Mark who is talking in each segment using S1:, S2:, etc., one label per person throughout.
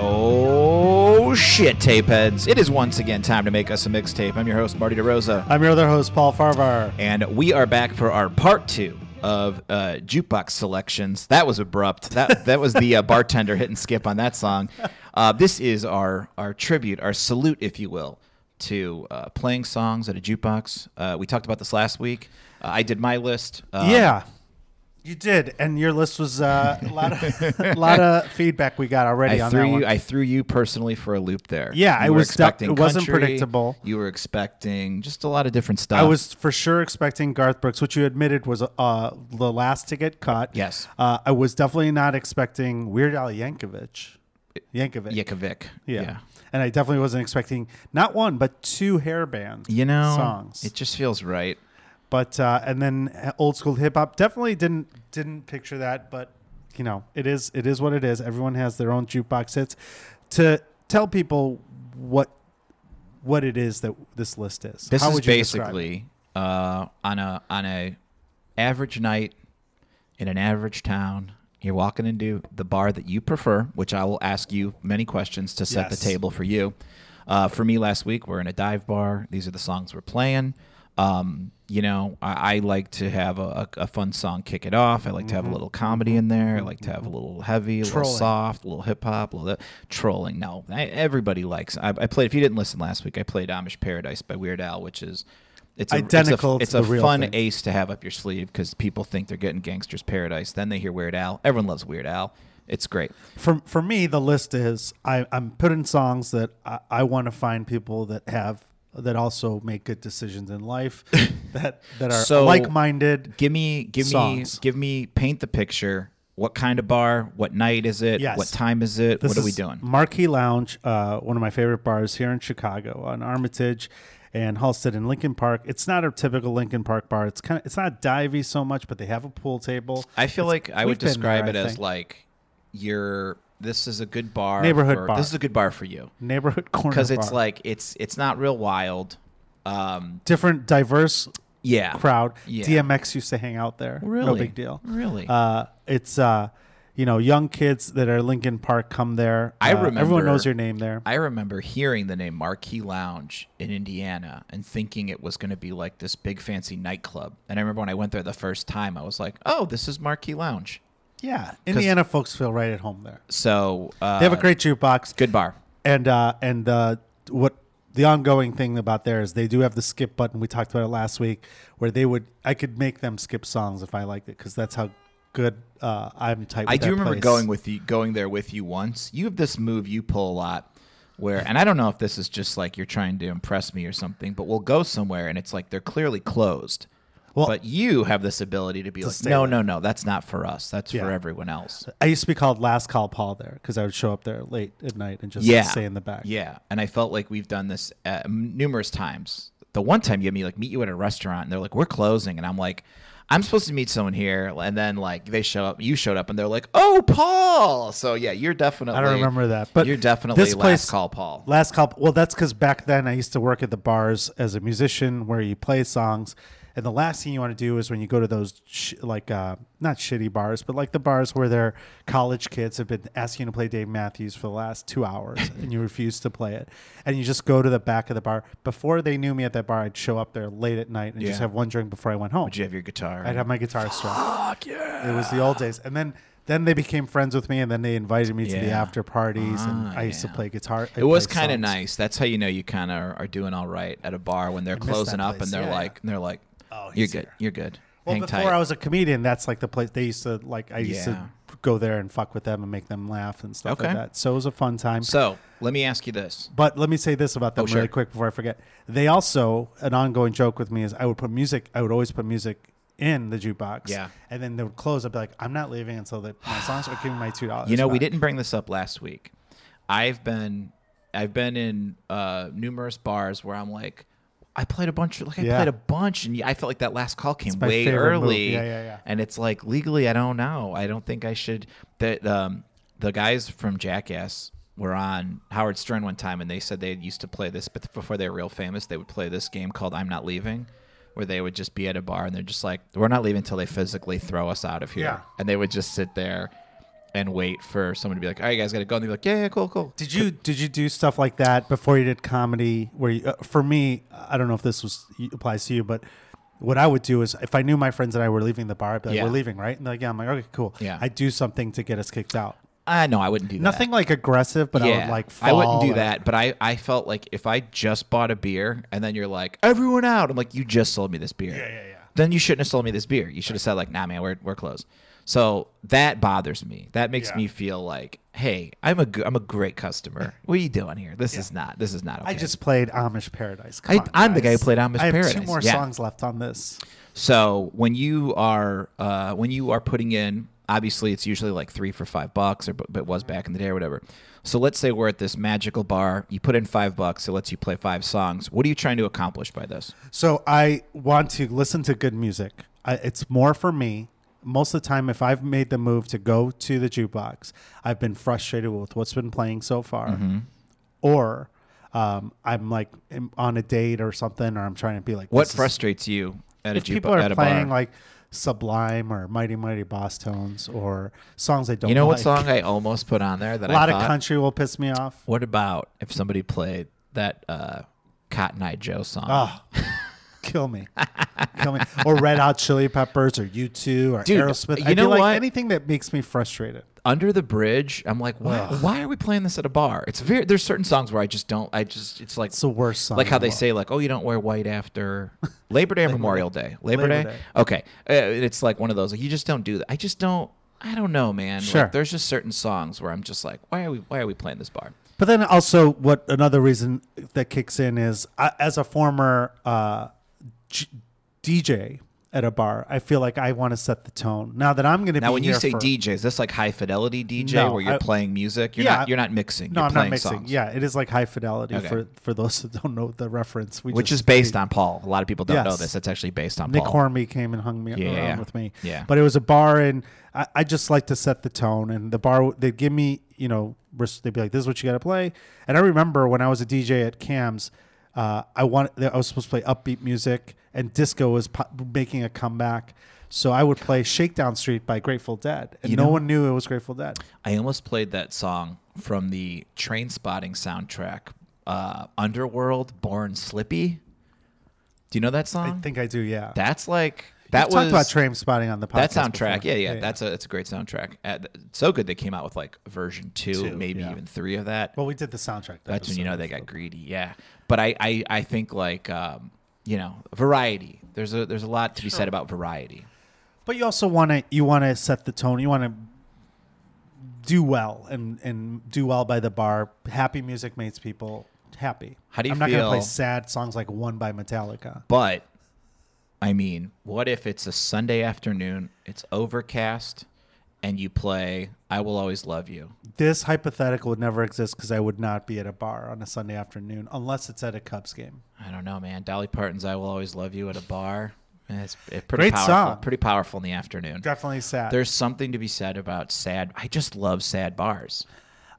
S1: Oh, shit, tape heads. It is once again time to make us a mixtape. I'm your host, Marty DeRosa,
S2: I'm your other host, Paul Farvar.
S1: and we are back for our part two of uh, jukebox selections. That was abrupt. That that was the uh, bartender hit and skip on that song. Uh, this is our our tribute, our salute, if you will, to uh, playing songs at a jukebox. Uh, we talked about this last week. Uh, I did my list. Uh,
S2: yeah, you did, and your list was uh, a lot of lot of feedback we got already
S1: I
S2: on
S1: threw
S2: that
S1: you.
S2: one.
S1: I threw you personally for a loop there.
S2: Yeah, I
S1: You were
S2: was def-
S1: expecting.
S2: it wasn't
S1: country,
S2: predictable.
S1: You were expecting just a lot of different stuff.
S2: I was for sure expecting Garth Brooks, which you admitted was uh, the last to get cut.
S1: Yes.
S2: uh, I was definitely not expecting Weird Al Yankovic. Yankovic.
S1: Yakovic.
S2: yeah. and I definitely wasn't expecting not one but two hair bands.
S1: You know,
S2: songs.
S1: it just feels right.
S2: but uh, and then old school hip hop definitely didn't didn't picture that but you know it is it is what it is everyone has their own jukebox hits to tell people what what it is that this list is
S1: This
S2: How
S1: is
S2: would you describe it?
S1: basically uh, on a on a average night in an average town. You're walking into the bar that you prefer, which I will ask you many questions to set
S2: Yes.
S1: the table for you. Uh, for me, last week we're in a dive bar. These are the songs we're playing. Um, you know, I, I like to have a, a, a fun song kick it off. I like to have a little comedy in there. I like to have a little heavy, a little
S2: Mm-hmm. Trolling.
S1: soft, a little hip hop, a little trolling. No, I, everybody likes. I, I played. If you didn't listen last week, I played Amish Paradise by Weird Al, which is it's a,
S2: Identical to
S1: It's a,
S2: the
S1: it's a
S2: real
S1: fun
S2: thing.
S1: ace to have up your sleeve because people think they're getting Gangster's Paradise. Then they hear Weird Al. Everyone loves Weird Al. It's great.
S2: for for me the list is I, I'm putting songs that I, I want to find people that have that also make good decisions in life that that are
S1: So-
S2: like minded
S1: Give me, give
S2: Songs.
S1: me, give me. Paint the picture. What kind of bar? What night is it?
S2: Yes.
S1: What time is it?
S2: This
S1: what are we
S2: is
S1: doing?
S2: Marquee Lounge, uh, one of my favorite bars here in Chicago on Armitage and Halsted and Lincoln Park. It's not a typical Lincoln Park bar. It's kind of it's not divey so much, but they have a pool table.
S1: I feel like I
S2: we've
S1: would
S2: been there,
S1: describe
S2: I
S1: it as
S2: think.
S1: like your. This is a good bar.
S2: Neighborhood
S1: for-
S2: bar.
S1: This is a good bar for you
S2: Neighborhood corner
S1: because it's
S2: bar.
S1: like it's it's not real wild. Um,
S2: different diverse
S1: yeah.
S2: crowd.
S1: Yeah.
S2: DMX used to hang out there.
S1: Really?
S2: No big deal.
S1: Really.
S2: Uh, it's uh, you know, young kids that are Lincoln Park come there.
S1: I
S2: Uh,
S1: remember-
S2: everyone knows your name there.
S1: I remember hearing the name Marquee Lounge in Indiana and thinking it was going to be like this big fancy nightclub. And I remember when I went there the first time, I was like, "Oh, this is Marquee Lounge."
S2: yeah. Indiana folks feel right at home there.
S1: So uh,
S2: They have a great jukebox.
S1: good bar.
S2: and uh and uh what the ongoing thing about there is they do have the skip button we talked about it last week where they would i could make them skip songs if i liked it because that's how good uh i'm tight with
S1: I do
S2: that
S1: remember
S2: place.
S1: going with you, going there with you once. You have this move you pull a lot, where, and I don't know if this is just like you're trying to impress me or something, but we'll go somewhere and it's like they're clearly closed.
S2: Well-
S1: but you have this ability to be like,
S2: stay
S1: no, no,
S2: there.
S1: no, that's not for us. That's for
S2: Yeah.
S1: everyone else.
S2: i used to be called last call paul there because i would show up there late at night and just
S1: yeah.
S2: stay in the back
S1: Yeah, and I felt like we've done this uh, m- numerous times. The one time you had me like meet you at a restaurant, and they're like, "We're closing," and I'm like, "I'm supposed to meet someone here," and then like they show up, you showed up, and they're like, "Oh, Paul." So yeah, you're definitely.
S2: I don't remember that, but
S1: you're definitely
S2: this
S1: last
S2: place-
S1: call, Paul.
S2: Last couple. Well, that's because back then I used to work at the bars as a musician, where you play songs, and the last thing you want to do is when you go to those sh- like uh, not shitty bars, but like the bars where their college kids have been asking you to play Dave Matthews for the last two hours, and you refuse to play it, and you just go to the back of the bar. Before they knew me at that bar, I'd show up there late at night and just
S1: Yeah.
S2: have one drink before I went home.
S1: Did you have your guitar?
S2: I'd have my guitar strung.
S1: Fuck yeah.
S2: It was the old days, and then then they became friends with me, and then they invited me to the
S1: Yeah.
S2: after parties, and
S1: Ah,
S2: I used to
S1: yeah.
S2: play guitar.
S1: It was kind of nice. That's how you know you kind of are, are doing all right at a bar when they're
S2: that
S1: closing up
S2: place.
S1: and they're
S2: Yeah,
S1: like,
S2: yeah.
S1: and they're like,
S2: Oh,
S1: you're
S2: he's
S1: good,
S2: here."
S1: you're good."
S2: Well,
S1: Hang
S2: before
S1: tight.
S2: I was a comedian, that's like the place they used to like. I used
S1: Yeah.
S2: to go there and fuck with them and make them laugh and stuff
S1: Okay.
S2: like that. So it was a fun time.
S1: so let me ask you this.
S2: but let me say this about them
S1: Oh, sure.
S2: really quick before I forget. They also an ongoing joke with me is I would put music. I would always put music in the jukebox.
S1: Yeah.
S2: And then they would close. I'd be like, I'm not leaving until the, my songs are giving my two dollars.
S1: You know, we didn't bring this up last week. I've been I've been in uh, numerous bars where I'm like, I played a bunch, like I
S2: Yeah.
S1: played a bunch, and I felt like that last call came
S2: my
S1: way
S2: favorite move.
S1: early.
S2: Yeah, yeah, yeah.
S1: And it's like legally, I don't know. I don't think I should. That um, the guys from Jackass were on Howard Stern one time, and they said they used to play this, but before they were real famous, they would play this game called "I'm Not Leaving." Where they would just be at a bar and they're just like, we're not leaving until they physically throw us out of here.
S2: Yeah.
S1: And they would just sit there and wait for someone to be like, all right, guys, got to go. And they're like, yeah, yeah, cool, cool.
S2: Did you did you do stuff like that before you did comedy? Where you, uh, for me, I don't know if this was applies to you, but what I would do is if I knew my friends and I were leaving the bar, I'd be like,
S1: Yeah.
S2: we're leaving, right? And they're like, yeah, I'm like, okay, cool.
S1: Yeah.
S2: I do something to get us kicked out.
S1: Uh, no, I wouldn't do that.
S2: Nothing like aggressive, but I would like. Fall
S1: I wouldn't do
S2: and-
S1: that, but I, I felt like if I just bought a beer and then you're like, everyone out, I'm like, you just sold me this beer. Yeah, yeah, yeah. Then you shouldn't have sold me this beer. You should have said like, nah, man, we're, we're closed. So that bothers me. That makes
S2: Yeah.
S1: me feel like, hey, I'm a g- I'm a great customer. What are you doing here? This is not this is not okay.
S2: I just played Amish Paradise.
S1: I-
S2: Come on,
S1: I'm the guy who
S2: guys.
S1: played Amish
S2: I have Two
S1: Paradise.
S2: more
S1: Yeah.
S2: songs left on this.
S1: So when you are uh, when you are putting in, obviously it's usually like three for five bucks, or but it was back in the day or whatever. So let's say we're at this magical bar. You put in five bucks. It lets you play five songs. What are you trying to accomplish by this?
S2: So I want to listen to good music. I, it's more for me. Most of the time, if I've made the move to go to the jukebox, I've been frustrated with what's been playing so far,
S1: Mm-hmm.
S2: or um, I'm like am on a date or something, or I'm trying to be like
S1: What
S2: this is-
S1: frustrates you at a
S2: if
S1: juke
S2: people are
S1: at a
S2: playing
S1: bar?
S2: like Sublime or Mighty Mighty Boss Tones or songs I don't.
S1: you know what
S2: like.
S1: song I almost put on there that
S2: A lot
S1: I
S2: of
S1: thought,
S2: country will piss me off.
S1: What about if somebody played that uh, Cotton Eye Joe song?
S2: Oh, kill me, kill me. Or Red Hot Chili Peppers, or U two, or
S1: Dude,
S2: Aerosmith.
S1: you
S2: I'd be
S1: know
S2: like,
S1: what?
S2: Anything that makes me frustrated.
S1: Under the bridge, I'm like, why, why are we playing this at a bar? It's very there's certain songs where I just don't. I just it's like
S2: It's the worst song.
S1: like how
S2: in the
S1: they
S2: world.
S1: say like oh you don't wear white after labor day or memorial day labor,
S2: Labor
S1: day?
S2: Day.
S1: okay uh, it's like one of those like you just don't do that i just don't i don't know man
S2: Sure.
S1: like, there's just certain songs where i'm just like why are we why are we playing this bar
S2: But then also, what another reason that kicks in is I, as a former uh, G- DJ at a bar, I feel like I want to set the tone. Now that I'm going to be
S1: now when you
S2: here
S1: say
S2: for-
S1: dj is this like high fidelity dj
S2: No,
S1: where you're
S2: I-
S1: playing music you're
S2: Yeah.
S1: not you're not mixing
S2: No,
S1: you're
S2: I'm
S1: playing
S2: not mixing.
S1: songs
S2: Yeah, it is like high fidelity
S1: Okay.
S2: for, for those that don't know the reference. We
S1: which
S2: just
S1: is based on paul a lot of people don't know
S2: Yes.
S1: this it's actually based on
S2: Nick
S1: paul
S2: Hornby came and hung me
S1: Yeah,
S2: around
S1: yeah.
S2: with me.
S1: Yeah.
S2: But it was a bar, and I, I just like to set the tone. And the bar, they'd give me, you know, res- they'd be like, "This is what you got to play." And I remember when I was a DJ at Cam's, uh, I wanted I was supposed to play upbeat music, and disco was po- making a comeback. So I would play "Shakedown Street" by Grateful Dead, and no one knew it was Grateful Dead.
S1: I almost played that song from the Train Spotting soundtrack, uh, Underworld Born Slippy. Do you know that
S2: I
S1: song?
S2: think I do, yeah.
S1: that's like that
S2: We've
S1: was
S2: talked about train spotting on the podcast.
S1: that soundtrack.
S2: before.
S1: Yeah, yeah, that's a that's a great soundtrack. Uh, th- so good they came out with like version two,
S2: Two,
S1: maybe
S2: yeah.
S1: even three of that.
S2: Well, we did the soundtrack.
S1: That's when you
S2: episode.
S1: know they got greedy. Yeah, but I I, I think like um, you know variety. There's a there's a lot to be said about variety.
S2: But you also want to you want to set the tone. You want to do well and and do well by the bar. Happy music makes people happy.
S1: How do you
S2: I'm not gonna play
S1: feel-
S2: sad songs like "One" by Metallica.
S1: But I mean, what if it's a Sunday afternoon, it's overcast, and you play I Will Always Love You?
S2: This hypothetical would never exist because I would not be at a bar on a Sunday afternoon unless it's at a Cubs game.
S1: I don't know, man. Dolly Parton's I Will Always Love You at a bar. It's it's pretty
S2: Great
S1: powerful.
S2: song.
S1: Pretty powerful in the afternoon.
S2: Definitely sad.
S1: There's something to be said about sad. I just love sad bars.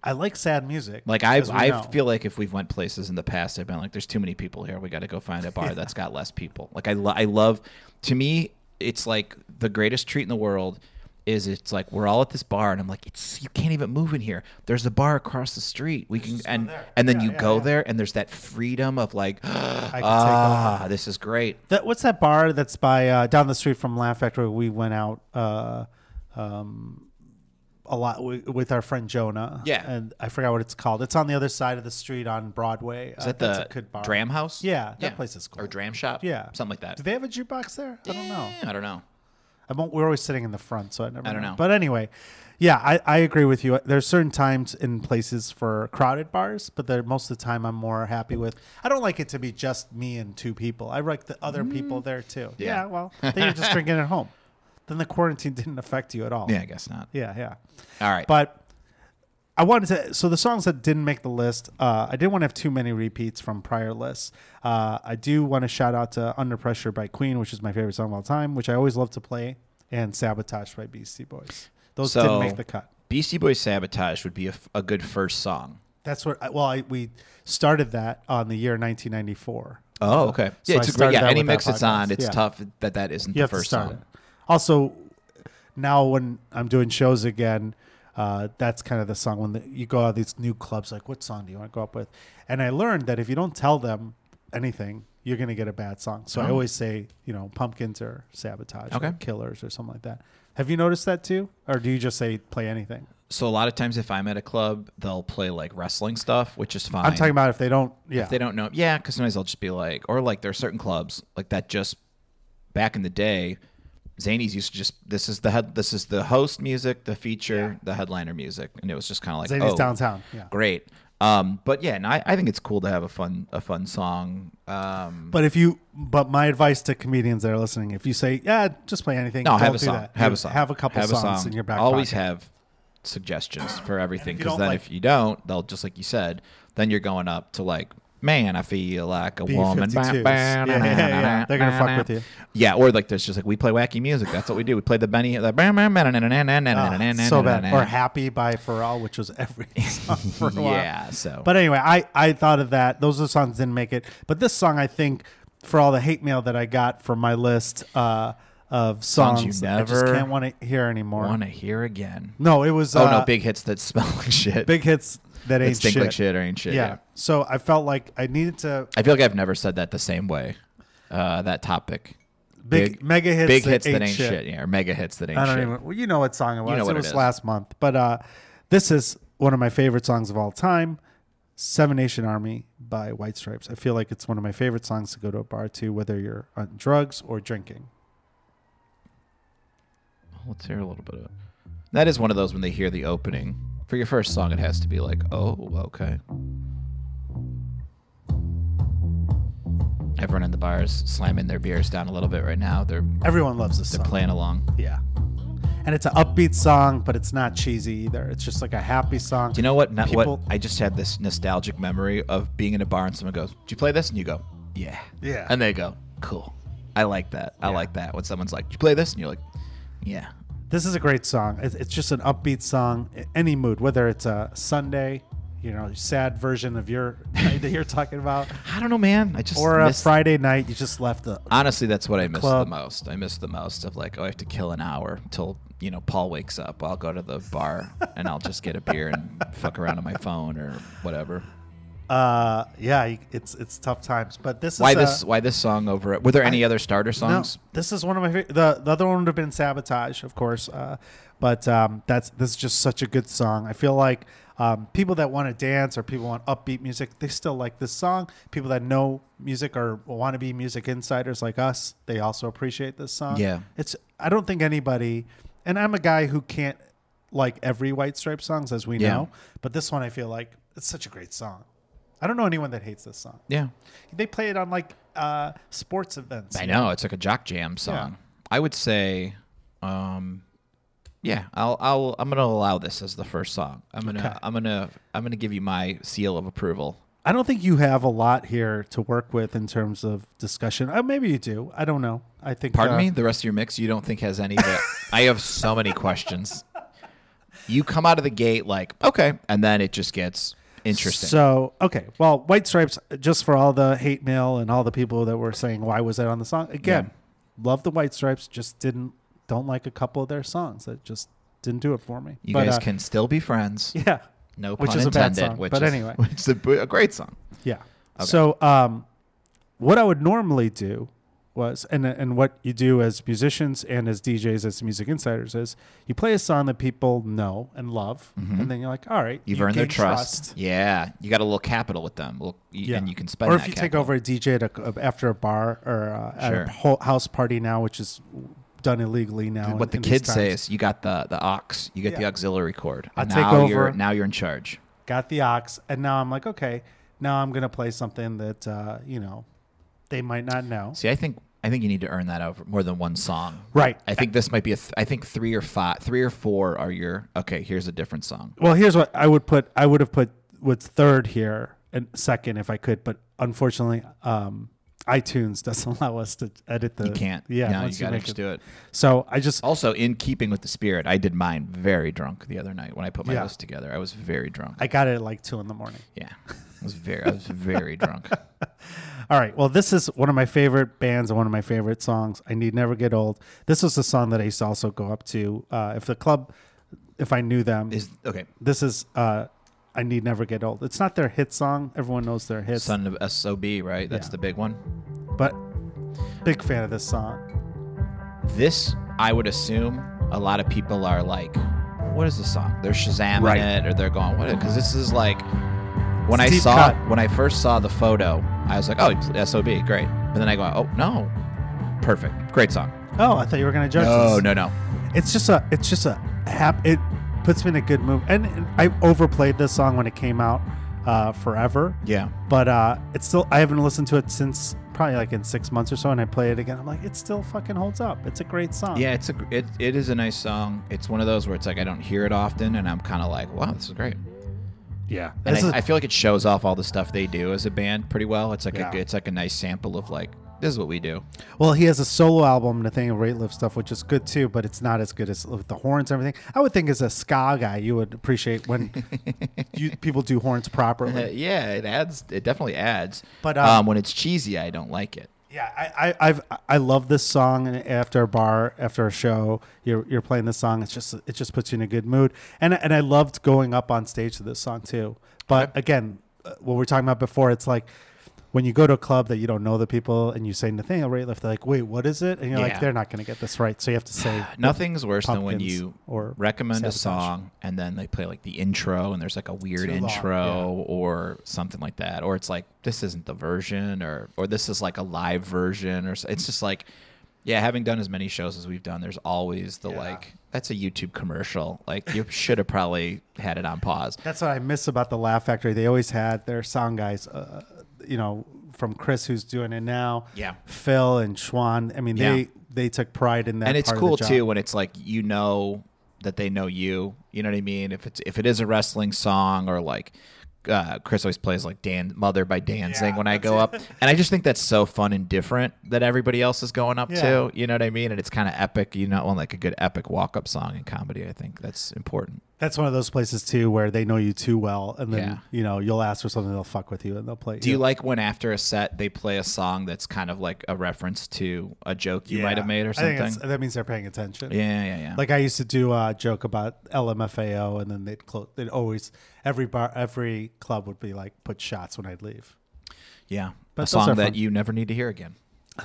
S2: I like sad music.
S1: Like I,
S2: as we know.
S1: I feel like if we've went places in the past, I've been like, there's too many people here. We got to go find a bar that's got less people. Like I, lo- I love. To me, it's like the greatest treat in the world. Is it's like we're all at this bar, and I'm like, it's you can't even move in here. There's a bar across the street. We can and
S2: there.
S1: and then
S2: Yeah,
S1: you
S2: yeah,
S1: go
S2: yeah.
S1: there, and there's that freedom of like,
S2: I can
S1: ah, this is great.
S2: That, what's that bar that's by uh, down the street from Laugh Factory? We went out uh, um, a lot wi with our friend Jonah.
S1: Yeah.
S2: and I forgot what it's called. It's on the other side of the street on Broadway. Uh,
S1: Is that the
S2: a good bar.
S1: Dram House?
S2: Yeah, that place is cool.
S1: Or Dram Shop?
S2: Yeah.
S1: something like that.
S2: Do they have a jukebox there? I don't know.
S1: Yeah, I don't know.
S2: I won't, we're always sitting in the front, so I never.
S1: I don't know.
S2: But anyway, yeah, I, I agree with you. There's certain times and places for crowded bars, but they're, most of the time I'm more happy with. I don't like it to be just me and two people. I like the other people there too.
S1: Yeah.
S2: Yeah. well, then you're just drinking at home. Then the quarantine didn't affect you at all.
S1: Yeah, I guess not.
S2: Yeah, yeah.
S1: All right.
S2: But I wanted to. So the songs that didn't make the list, uh, I didn't want to have too many repeats from prior lists. Uh, I do want to shout out to "Under Pressure" by Queen, which is my favorite song of all time, which I always love to play, and "Sabotage" by Beastie Boys. Those
S1: So-
S2: didn't make the cut.
S1: Beastie Boys Sabotage would be a, f- a good first song.
S2: That's what. I, well, I, we started that on the year 1994.
S1: Oh, okay.
S2: So
S1: Yeah,
S2: I
S1: it's a great,
S2: started
S1: yeah
S2: that
S1: any
S2: with that
S1: mix it's on,
S2: podcast.
S1: it's
S2: Yeah.
S1: tough that that isn't
S2: You
S1: the
S2: have to
S1: first
S2: start
S1: song.
S2: it. Also, now when I'm doing shows again, Uh, that's kind of the song when the, you go out these new clubs, like, what song do you want to go up with? And I learned that if you don't tell them anything, you're going to get a bad song. So I
S1: Oh.
S2: always say, you know, pumpkins or sabotage or
S1: Okay.
S2: killers or something like that. Have you noticed that too? Or do you just say play anything?
S1: So a lot of times, if I'm at a club, they'll play like wrestling stuff, which is fine.
S2: I'm talking about if they don't, yeah.
S1: if they don't know. Yeah, because sometimes they'll just be like, or like there are certain clubs like that. Just back in the day, Zanies used to just this is the head, this is the host music, the feature, the headliner music, and it was just kind of like
S2: Zany's
S1: oh,
S2: downtown. Yeah.
S1: great. Um, but yeah, and I, I think it's cool to have a fun a fun song. Um,
S2: But if you, but my advice to comedians that are listening, if you say, yeah, just play anything,
S1: no,
S2: don't
S1: have a
S2: do
S1: song.
S2: that.
S1: Have
S2: You
S1: a song.
S2: Have a couple
S1: Have
S2: songs in your back
S1: Always
S2: pocket.
S1: have suggestions for everything
S2: you
S1: because
S2: don't
S1: then
S2: like-
S1: if you don't, they'll just like you said, then you're going up to like, man, I feel like a woman. Bah,
S2: B-52s.
S1: bah, nah,
S2: Yeah,
S1: nah,
S2: yeah,
S1: nah,
S2: yeah.
S1: nah,
S2: They're gonna
S1: nah,
S2: fuck
S1: nah.
S2: with you.
S1: Yeah, or like there's just like we play wacky music. That's what we do. We play the Benny. The bah, bah, bah, nah, nah, nah, nah, nah, nah, nah,
S2: Ah,
S1: nah,
S2: so
S1: nah,
S2: bad.
S1: nah,
S2: Or
S1: nah.
S2: Happy by Pharrell, which was every song for a while.
S1: Yeah, so
S2: But anyway, I, I thought of that. Those are songs that didn't make it. But this song, I think, for all the hate mail that I got from my list uh, of songs,
S1: Songs you
S2: that I
S1: never
S2: just can't want to hear anymore.
S1: want to hear again.
S2: No, it was
S1: Oh
S2: uh,
S1: no, big hits that smell like shit.
S2: big hits that
S1: that
S2: ain't
S1: stink
S2: shit.
S1: like shit or ain't shit.
S2: yeah.
S1: yeah.
S2: So I felt like I needed to
S1: I feel like I've never said that the same way. Uh, that topic.
S2: big, mega hits,
S1: big
S2: that,
S1: hits
S2: ain't
S1: that ain't shit. Yeah, or mega hits that ain't
S2: I don't
S1: shit.
S2: even. Well, you know what song it was.
S1: know what
S2: it
S1: it
S2: was
S1: is.
S2: last month. But uh, this is one of my favorite songs of all time, Seven Nation Army by White Stripes. I feel like it's one of my favorite songs to go to a bar to, whether you're on drugs or drinking.
S1: Let's hear a little bit of it. That is one of those when they hear the opening. For your first song, it has to be like, oh, okay. Everyone in the bar is slamming their beers down a little bit right now. They're
S2: Everyone loves this song.
S1: playing along.
S2: Yeah. And it's an upbeat song, but it's not cheesy either. It's just like a happy song.
S1: Do you know what? Not what
S2: People-
S1: I just had this nostalgic memory of being in a bar and someone goes, "Do you play this?" And you go, "Yeah."
S2: Yeah.
S1: And they go, "Cool. I like that. I like that." When someone's like, "Do you play this?" and you're like, "Yeah."
S2: This is a great song. It- It's just an upbeat song, i- any mood, whether it's a Sunday, you know, sad version of your night that you're talking about,
S1: I don't know, man. I just
S2: or a
S1: miss-
S2: Friday night you just left the
S1: honestly that's what i miss
S2: club.
S1: the most i miss the most of like oh i have to kill an hour till you know paul wakes up i'll go to the bar and i'll just get a beer and fuck around on my phone or whatever
S2: uh yeah you- it's it's tough times but this
S1: why
S2: is
S1: this
S2: uh,
S1: why this song over it were there any other starter
S2: no,
S1: songs
S2: this is one of my favorite the, the other one would have been sabotage of course uh but um that's this is just such a good song i feel like um people that want to dance or people want upbeat music they still like this song people that know music or want to be music insiders like us they also appreciate this song
S1: Yeah.
S2: it's i don't think anybody and i'm a guy who can't like every white stripe songs as we
S1: Yeah.
S2: know but this one i feel like it's such a great song i don't know anyone that hates this song
S1: yeah
S2: they play it on like uh, sports events.
S1: i know it's like a jock jam song i would say um yeah i'll i'll i'm gonna allow this as the first song i'm gonna
S2: Okay.
S1: i'm gonna i'm gonna give you my seal of approval
S2: I don't think you have a lot here to work with in terms of discussion. Uh, maybe you do. I don't know. I think.
S1: Pardon
S2: uh,
S1: me? The rest of your mix you don't think has any that I have so many questions. You come out of the gate like, okay, and then it just gets interesting.
S2: So okay, well, White Stripes. Just for all the hate mail and all the people that were saying why was that on the song again? Love the White Stripes. Just didn't don't like a couple of their songs that just didn't do it for me.
S1: you
S2: But,
S1: guys
S2: uh,
S1: can still be friends.
S2: Yeah.
S1: No
S2: which
S1: pun
S2: is a bad
S1: intended.
S2: song,
S1: which
S2: but
S1: is-
S2: anyway.
S1: which is a, b- a great song.
S2: Yeah. So, um, what I would normally do was, and and what you do as musicians and as DJs, as music insiders, is you play a song that people know and love, and then you're like, all right,
S1: Mm-hmm. You've
S2: you
S1: earned their
S2: gained
S1: trust. Yeah, you got a little capital with them, a little, y- and you can spend.
S2: Or
S1: that
S2: if you take
S1: capital.
S2: over a DJ at a, after a bar or uh, at
S1: Sure.
S2: a whole house party now, which is done illegally now.
S1: what the
S2: in- in these
S1: kids say
S2: times.
S1: is, you got the the ox, you get the
S2: Yeah.
S1: auxiliary cord.
S2: I'll
S1: and
S2: take
S1: now You're,
S2: over.
S1: now you're in charge.
S2: got the ox, and now I'm like, okay, now I'm gonna play something that uh, you know they might not know.
S1: See, I think I think you need to earn that over more than one song.
S2: Right.
S1: I think this might be a. Th- I think three or five, three or four are your. Okay, here's a different song.
S2: Well, here's what I would put. I would have put what's third here and second if I could, but unfortunately, um, iTunes doesn't allow us to edit the.
S1: You can't.
S2: Uh, Yeah,
S1: no, you
S2: once
S1: gotta
S2: make
S1: just do it.
S2: So I just.
S1: Also, in keeping with the spirit, I did mine very drunk the other night when I put my
S2: Yeah.
S1: list together. I was very drunk.
S2: I got it at like two in the morning.
S1: yeah, I was very. I was very drunk.
S2: All right. Well, this is one of my favorite bands and one of my favorite songs. I need never get old. This was the song that I used to also go up to uh, if the club if I knew them.
S1: Is okay.
S2: this is uh, I Need Never Get Old. It's not their hit song. Everyone knows their hits.
S1: Son of SOB, right? That's
S2: Yeah.
S1: the big one.
S2: But big fan of this song.
S1: This, I would assume, a lot of people are like, "What is this song?" They're shazamming
S2: Right.
S1: it, or they're going, "What?" Because this is like when
S2: It's a
S1: I
S2: deep
S1: saw
S2: cut.
S1: when I first saw the photo, I was like, "Oh, SOB, great." But then I go, "Oh no, perfect, great song."
S2: Oh, I thought you were gonna judge
S1: No,
S2: this.
S1: no, no.
S2: It's just a it's just a hap it puts me in a good mood. And I overplayed this song when it came out uh, forever.
S1: Yeah.
S2: But uh, it's still I haven't listened to it since probably like in six months or so and I play it again. I'm like, it still fucking holds up. It's a great song.
S1: Yeah, it's a gr- it, it is a nice song. It's one of those where it's like I don't hear it often, and I'm kind of like, wow, this is great.
S2: Yeah.
S1: And
S2: This
S1: I,
S2: is-
S1: I feel like it shows off all the stuff they do as a band pretty well. It's like
S2: Yeah.
S1: a it's like a nice sample of like this is what we do.
S2: Well, he has a solo album and a thing of rate lift stuff, which is good too, but it's not as good as with the horns and everything. I would think as a ska guy, you would appreciate when you, people do horns properly.
S1: Uh, yeah, it adds. It definitely adds.
S2: But,
S1: But
S2: uh,
S1: um, when it's cheesy, I don't like it.
S2: Yeah, I, I I've I love this song. And after a bar, after a show, you're you're playing this song. It's just it just puts you in a good mood. And and I loved going up on stage to this song too. But again, uh, what we were talking about before, it's like. When you go to a club that you don't know the people and you say Nathaniel Rateliff, they're like, "Wait, what is it?" And you're like,
S1: Yeah.
S2: "They're not going to get this right." So you have to say,
S1: Nothing's worse than when
S2: Pumpkins
S1: you
S2: or
S1: recommend a
S2: Sabotage.
S1: song and then they play like the intro and there's like a weird
S2: Too long,
S1: intro
S2: yeah.
S1: or something like that, or it's like this isn't the version or or this is like a live version or s- it's just like yeah, having done as many shows as we've done, there's always the
S2: Yeah.
S1: like that's a YouTube commercial. Like you should have probably had it on pause.
S2: That's what I miss about the Laugh Factory. They always had their sound guys, uh, you know, from Chris who's doing it now.
S1: Yeah.
S2: Phil and Schwan. I mean,
S1: Yeah.
S2: they they took pride in that.
S1: and it's
S2: part of the
S1: cool
S2: job.
S1: too when it's like you know that they know you you know what i mean if it's if it is a wrestling song or like uh, chris always plays like dan mother by dancing
S2: Yeah,
S1: when i
S2: that's
S1: go
S2: it.
S1: up and i just think that's so fun and different that everybody else is going up
S2: Yeah.
S1: to you know what i mean and it's kind of epic you know on like a good epic walk-up song in comedy i think that's important
S2: That's one of those places too where they know you too well, and then
S1: Yeah.
S2: you know you'll ask for something, they'll fuck with you, and they'll play.
S1: do you like when after a set they play a song that's kind of like a reference to a joke you
S2: Yeah.
S1: might have made
S2: I
S1: or
S2: think it's-
S1: something
S2: that means they're paying attention.
S1: yeah yeah yeah
S2: Like I used to do a joke about LMFAO, and then they'd close. They'd always every bar, every club would be like put shots when I'd leave.
S1: yeah
S2: But
S1: a
S2: those are
S1: song
S2: fun.
S1: that you never need to hear again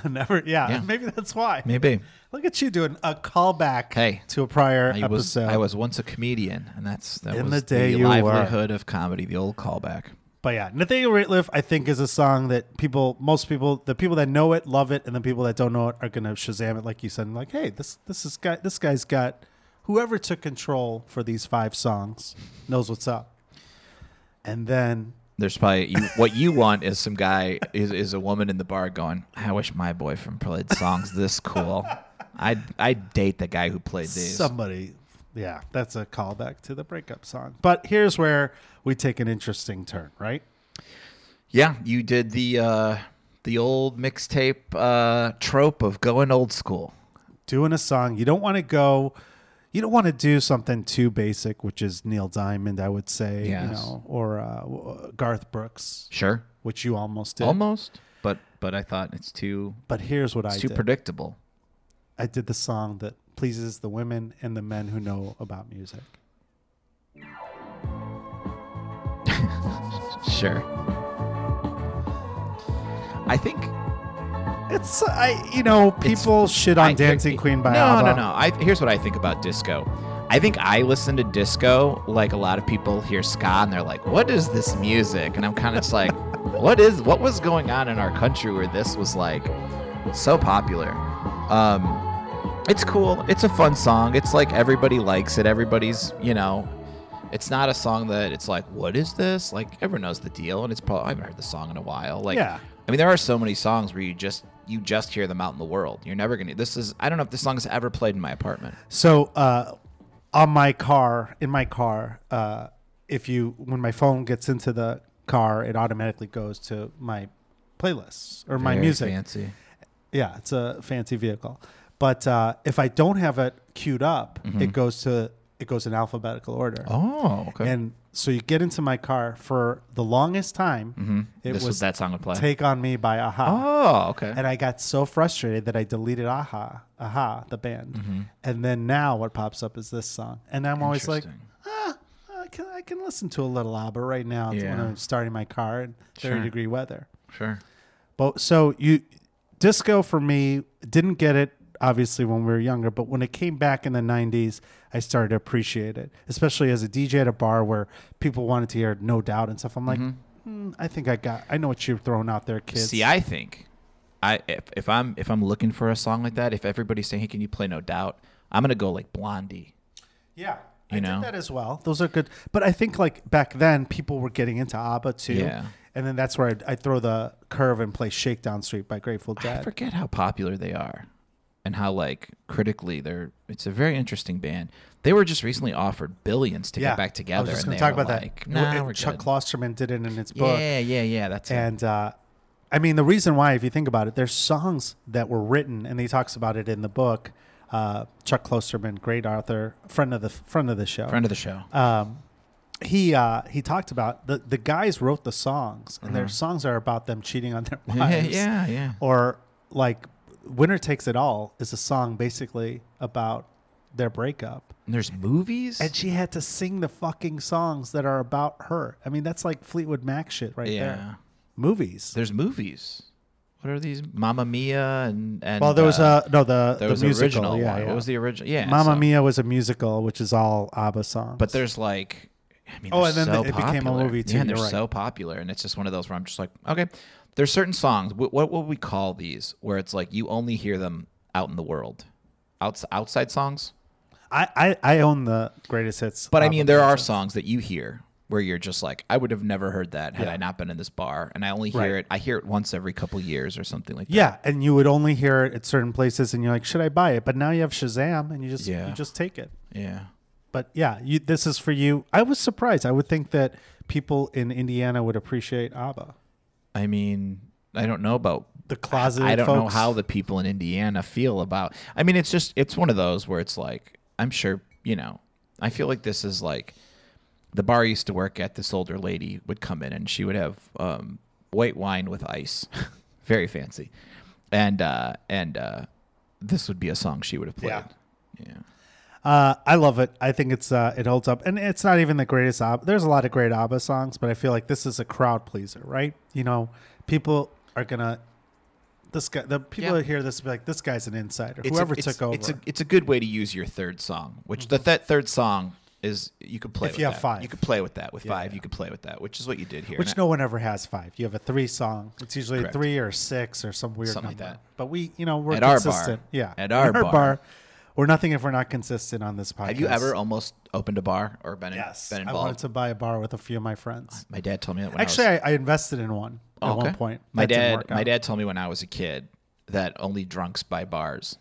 S2: Never, yeah,
S1: Yeah.
S2: Maybe that's why.
S1: maybe
S2: Look at you doing a callback
S1: Hey,
S2: to a prior
S1: I was
S2: episode.
S1: I was once a comedian, and that's that
S2: In
S1: was
S2: the day you were.
S1: livelihood of comedy, the old callback.
S2: but yeah, Nathaniel Rateliff, I think, is a song that people, most people, the people that know it love it, and the people that don't know it are gonna Shazam it, like you said, and like, hey, this this is guy, this guy's got whoever took control for these five songs knows what's up. And then
S1: There's probably you, what you want is some guy is, is a woman in the bar going, I wish my boyfriend played songs this cool. I I date the guy who played these.
S2: somebody, yeah, that's a callback to the breakup song. But here's where we take an interesting turn, right?
S1: yeah, you did the uh, the old mixtape uh, trope of going old school.
S2: doing a song. You don't want to go. You don't want to do something too basic, which is Neil Diamond, I would say, you
S1: Yes.
S2: know, or uh, w- Garth Brooks,
S1: Sure,
S2: which you almost did.
S1: almost, but but I thought it's too
S2: But here's what I
S1: it's too
S2: did.
S1: predictable.
S2: I did the song that pleases the women and the men who know about music.
S1: Sure. I think
S2: It's I, you know, people shit on
S1: I-
S2: Dancing
S1: here-
S2: Queen by
S1: no,
S2: ABBA.
S1: No, no, no. I, here's what I think about disco. I think I listen to disco like a lot of people hear ska and they're like, "What is this music?" And I'm kind of just like, "What is what was going on in our country where this was like so popular?" Um, it's cool. It's a fun song. It's like everybody likes it. Everybody's, you know, it's not a song that it's like, what is this? Like everyone knows the deal, and it's probably I haven't heard the song in a while. Like,
S2: Yeah.
S1: I mean, there are so many songs where you just you just hear them out in the world. You're never gonna. This is I don't know if this song is ever played in my apartment.
S2: So uh, on my car, in my car, uh, if you when my phone gets into the car, it automatically goes to my playlists or my
S1: Very
S2: music.
S1: fancy.
S2: Yeah, it's a fancy vehicle. But uh, if I don't have it queued up, it goes to it goes in alphabetical order.
S1: Mm-hmm. Oh, okay.
S2: And so you get into my car for the longest time. It
S1: Mm-hmm. This was- that song would play.
S2: "Take on Me" by Aha,
S1: oh, okay.
S2: and I got so frustrated that I deleted Aha, Aha, the band.
S1: Mm-hmm.
S2: And then now what pops up is this song, and I'm always like,
S1: Interesting.
S2: I can, I can listen to a little ABBA right now
S1: Yeah.
S2: when I'm starting my car in 30 degree weather.
S1: sure.
S2: But so you disco for me didn't get it obviously when we were younger, but when it came back in the 90s, I started to appreciate it, especially as a DJ at a bar where people wanted to hear No Doubt and stuff. I'm like, "Hmm, I think I got I know what you're throwing out there, kids.
S1: Mm-hmm. See, I think, I if, if I'm if I'm looking for a song like that, if everybody's saying, "Hey, can you play No Doubt?" I'm gonna go like Blondie.
S2: yeah.
S1: You
S2: I
S1: know?
S2: did that as well. Those are good. But I think like back then people were getting into ABBA too.
S1: Yeah.
S2: And then that's where I'd, I'd throw the curve and play Shakedown Street by Grateful
S1: I
S2: Dead.
S1: forget how popular they are, and how like critically they're. It's a very interesting band. They were just recently offered billions to get back together.
S2: I was just
S1: and
S2: going
S1: they
S2: to talk
S1: were
S2: about
S1: like,
S2: that.
S1: Nah,
S2: It- it-
S1: we're
S2: Chuck
S1: good."
S2: Klosterman did it in his book.
S1: Yeah, yeah, yeah. That's it.
S2: And uh, I mean, the reason why, if you think about it, there's songs that were written, and he talks about it in the book. Uh, Chuck Klosterman, great author, friend of the friend of the show.
S1: friend of the show.
S2: um, he uh, he talked about the the guys wrote the songs, and their songs are about them cheating on their
S1: yeah,
S2: wives.
S1: yeah, yeah.
S2: Or like, "Winner Takes It All" is a song basically about their breakup.
S1: And there's movies.
S2: And she had to sing the fucking songs that are about her. I mean, that's like Fleetwood Mac shit right
S1: Yeah.
S2: there. Movies.
S1: There's movies. What are these? Mamma Mia and and
S2: well, there was
S1: uh,
S2: a no the
S1: there
S2: the
S1: was an
S2: musical.
S1: original
S2: yeah,
S1: one.
S2: yeah.
S1: What was the original? Yeah,
S2: Mamma
S1: so-
S2: Mia was a musical, which is all ABBA songs.
S1: But there's like, I mean,
S2: Oh,
S1: they're
S2: and then
S1: so
S2: the- it became a
S1: popular.
S2: movie, too,
S1: Yeah, and they're
S2: you're right.
S1: so popular, and it's just one of those where I'm just like, okay, there's certain songs. What what would we call these? Where it's like you only hear them out in the world, outs outside songs.
S2: I, I I own the greatest hits.
S1: But I
S2: ABBA
S1: mean, there are
S2: concerts.
S1: songs that you hear where you're just like, I would have never heard that had I not been in this bar, and I only hear
S2: Right.
S1: it. I hear it once every couple years or something like that.
S2: Yeah, and you would only hear it at certain places, and you're like, should I buy it? But now you have Shazam, and you just
S1: Yeah.
S2: you just take it.
S1: Yeah.
S2: But yeah, you, this is for you. I was surprised. I would think that people in Indiana would appreciate ABBA.
S1: I mean, I don't know about
S2: The closeted.
S1: I don't know
S2: folks.
S1: how the people in Indiana feel about. I mean, it's just it's one of those where it's like I'm sure you know. I feel like this is like the bar I used to work at. This older lady would come in and she would have um, white wine with ice, very fancy, and uh, and uh, this would be a song she would have played.
S2: Yeah.
S1: Yeah,
S2: Uh, I love it. I think it's uh, it holds up, and it's not even the greatest. ABBA. There's a lot of great ABBA songs, but I feel like this is a crowd pleaser, right? You know, people are gonna this guy. The people
S1: Yeah.
S2: that hear this will be like, this guy's an insider.
S1: It's a-
S2: Whoever
S1: it's-
S2: took over. Mm-hmm.
S1: It's a it's a good way to use your third song, which the th- third song is you could play
S2: If
S1: with
S2: you have
S1: that.
S2: five.
S1: You could play with that with five. You could play with that, which is what you did here. And I-
S2: which no one ever has five. You have a three song. It's usually
S1: Correct.
S2: three or six or some weird
S1: Something like
S2: number.
S1: that.
S2: But we, you know, we're
S1: At our bar.
S2: consistent. Yeah,
S1: At our bar.
S2: we're nothing if we're not consistent on this podcast.
S1: Have you ever almost opened a bar or been, in-
S2: Yes,
S1: been
S2: I wanted
S1: involved?
S2: to buy a bar with a few of my friends.
S1: my dad told me that when
S2: Actually,
S1: I was,
S2: I, I invested in one
S1: Oh,
S2: at one
S1: okay.
S2: point.
S1: My
S2: That didn't
S1: dad,
S2: work
S1: my
S2: out.
S1: dad told me when I was a kid that only drunks buy bars.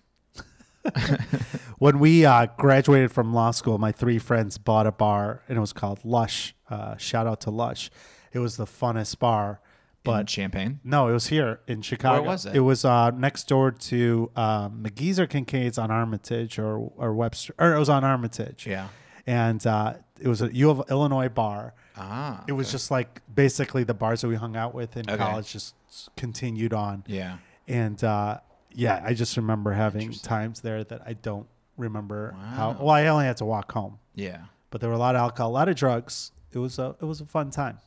S2: When we uh, graduated from law school, my three friends bought a bar, and it was called Lush. Uh, shout out to Lush. It was the funnest bar, but
S1: But champagne,
S2: no, it was here in Chicago.
S1: was it?
S2: It was uh, next door to uh, McGee's or Kincaid's on Armitage or or Webster, or it was on Armitage.
S1: Yeah.
S2: and uh, it was a U of Illinois bar.
S1: ah,
S2: It was just like basically the bars that we hung out with in
S1: Okay.
S2: college just continued on.
S1: yeah,
S2: And uh, yeah, I just remember having times there that I don't remember how. Well, I only had to walk home,
S1: yeah,
S2: but there were a lot of alcohol, a lot of drugs. It was a it was a fun time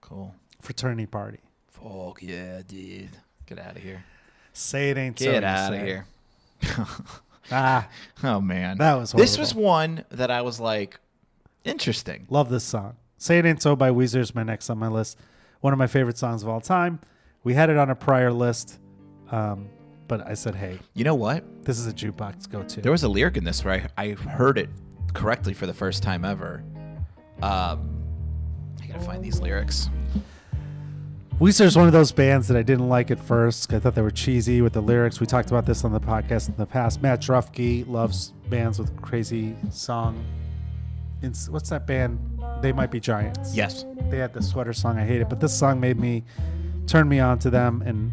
S1: cool.
S2: fraternity party.
S1: Fuck yeah, dude, get out of here,
S2: Say it ain't so.
S1: get
S2: you
S1: out of
S2: say.
S1: here.
S2: Ah,
S1: Oh man,
S2: That was
S1: this was one that I was like, interesting.
S2: love this song. Say it ain't so by Weezer is my next on my list. One of my favorite songs of all time. We had it on a prior list, um, but I said, hey,
S1: You know what?
S2: this is a jukebox go to.
S1: There was a lyric in this where I, I heard it correctly for the first time ever. Um, I gotta find these lyrics.
S2: Weezer's one of those bands that I didn't like at first. I thought they were cheesy with the lyrics. We talked about this on the podcast in the past. Matt Drufke loves bands with crazy song. It's, what's that band? They might be giants.
S1: Yes.
S2: They had the sweater song. I hate it, but this song made me turn me on to them, and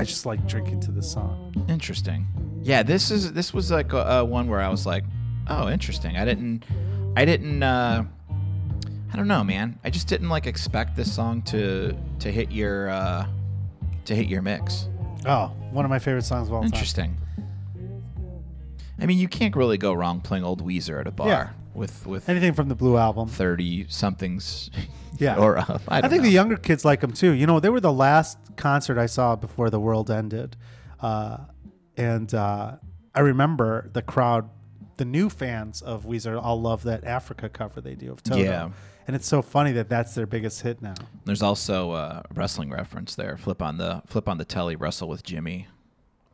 S2: I just like drinking to this song.
S1: Interesting. Yeah, this is this was like a, a one where I was like, Oh, interesting. I didn't. I didn't. Uh, I don't know, man. I just didn't like expect this song to to hit your uh, to hit your mix.
S2: Oh, one of my favorite songs of all time.
S1: Interesting. I mean, you can't really go wrong playing old Weezer at a bar
S2: Yeah.
S1: with with
S2: Anything from the Blue Album.
S1: thirty somethings.
S2: Yeah.
S1: or up. I,
S2: I,
S1: don't
S2: think
S1: know.
S2: the younger kids like them too. You know, they were the last concert I saw before the world ended, uh, and uh, I remember the crowd, the new fans of Weezer, all love that Africa cover they do of Toto.
S1: Yeah.
S2: and it's so funny that that's their biggest hit now.
S1: There's also a wrestling reference there. Flip on the flip on the telly. Wrestle with Jimmy.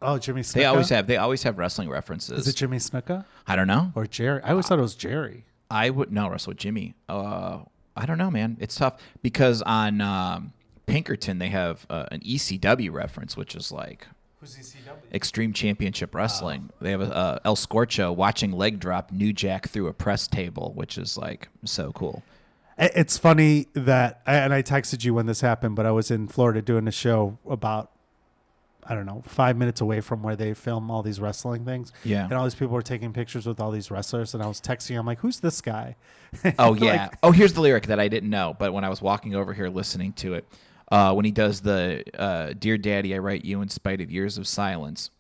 S2: Oh, Jimmy Snuka.
S1: They always have. They always have wrestling references.
S2: Is it Jimmy Snuka
S1: I don't know.
S2: or Jerry? I always thought it was Jerry.
S1: I would no wrestle with Jimmy. Uh, I don't know, man. It's tough because on um, Pinkerton they have uh, an ECW reference, which is like
S2: Who's ECW?
S1: Extreme
S2: Ah.
S1: Championship Wrestling. They have a, uh, El Scorcho watching leg drop New Jack through a press table, which is like so cool.
S2: I- It's funny that, and I texted you when this happened, but I was in Florida doing a show about, I don't know, five minutes away from where they film all these wrestling things.
S1: Yeah.
S2: And all these people were taking pictures with all these wrestlers. And I was texting, I'm like, who's this guy?
S1: Oh yeah. oh, here's the lyric that I didn't know, but when I was walking over here listening to it, uh, when he does the uh, "Dear Daddy, I write you in spite of years of silence,"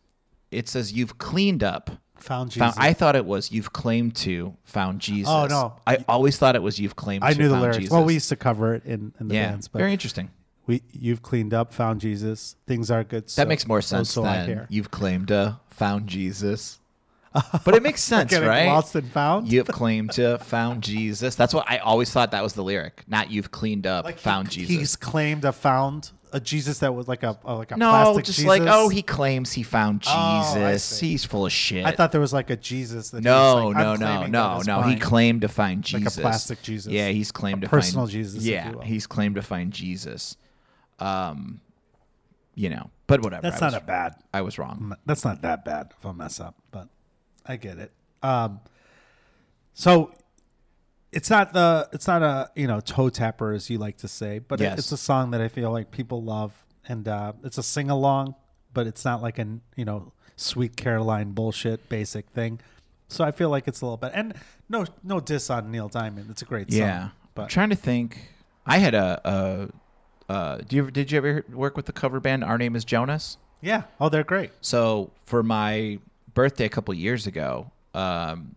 S1: it says, "You've cleaned up."
S2: Found Jesus.
S1: Found, I thought it was you've claimed to found Jesus.
S2: Oh, no.
S1: I always thought it was you've claimed.
S2: I
S1: to
S2: knew the
S1: found
S2: lyrics.
S1: Jesus.
S2: Well, we used to cover it in, in the
S1: yeah,
S2: bands, but
S1: very interesting.
S2: we you've cleaned up, found Jesus. Things are good.
S1: That makes more sense
S2: so, I
S1: than
S2: care.
S1: you've claimed to found Jesus. But it makes sense,
S2: Getting
S1: right?
S2: lost and found.
S1: You've claimed to found Jesus. That's what I always thought that was the lyric. Not you've cleaned up,
S2: Like, he-
S1: found Jesus.
S2: He's claimed a found a Jesus that was like a, a- like a
S1: No,
S2: plastic
S1: just
S2: Jesus.
S1: like oh, he claims he found Jesus.
S2: Oh, I see.
S1: He's full of shit.
S2: I thought there was like a Jesus that he
S1: No,
S2: was like,
S1: no,
S2: "I'm
S1: no,
S2: claiming
S1: no,
S2: that as
S1: no. He
S2: mine."
S1: claimed to find
S2: Like a
S1: Jesus,
S2: plastic Jesus.
S1: Yeah, he's claimed
S2: A
S1: to
S2: personal
S1: find
S2: Jesus, if you
S1: Yeah,
S2: will.
S1: he's claimed to find Jesus. Um, you know, but whatever.
S2: That's
S1: I was,
S2: not a bad.
S1: I was wrong.
S2: That's not that bad if I mess up, but I get it. Um, so it's not the it's not a you know toe tapper as you like to say, but it-
S1: Yes.
S2: it's a song that I feel like people love, and uh, it's a sing along, but it's not like an you know sweet Caroline bullshit basic thing. So I feel like it's a little bit, and no no diss on Neil Diamond. It's a great
S1: Yeah,
S2: song,
S1: I'm
S2: but
S1: trying to think. I had a. a uh, do you ever, did you ever work with the cover band? Our name is Jonas.
S2: yeah, oh they're great.
S1: So for my birthday a couple years ago, um,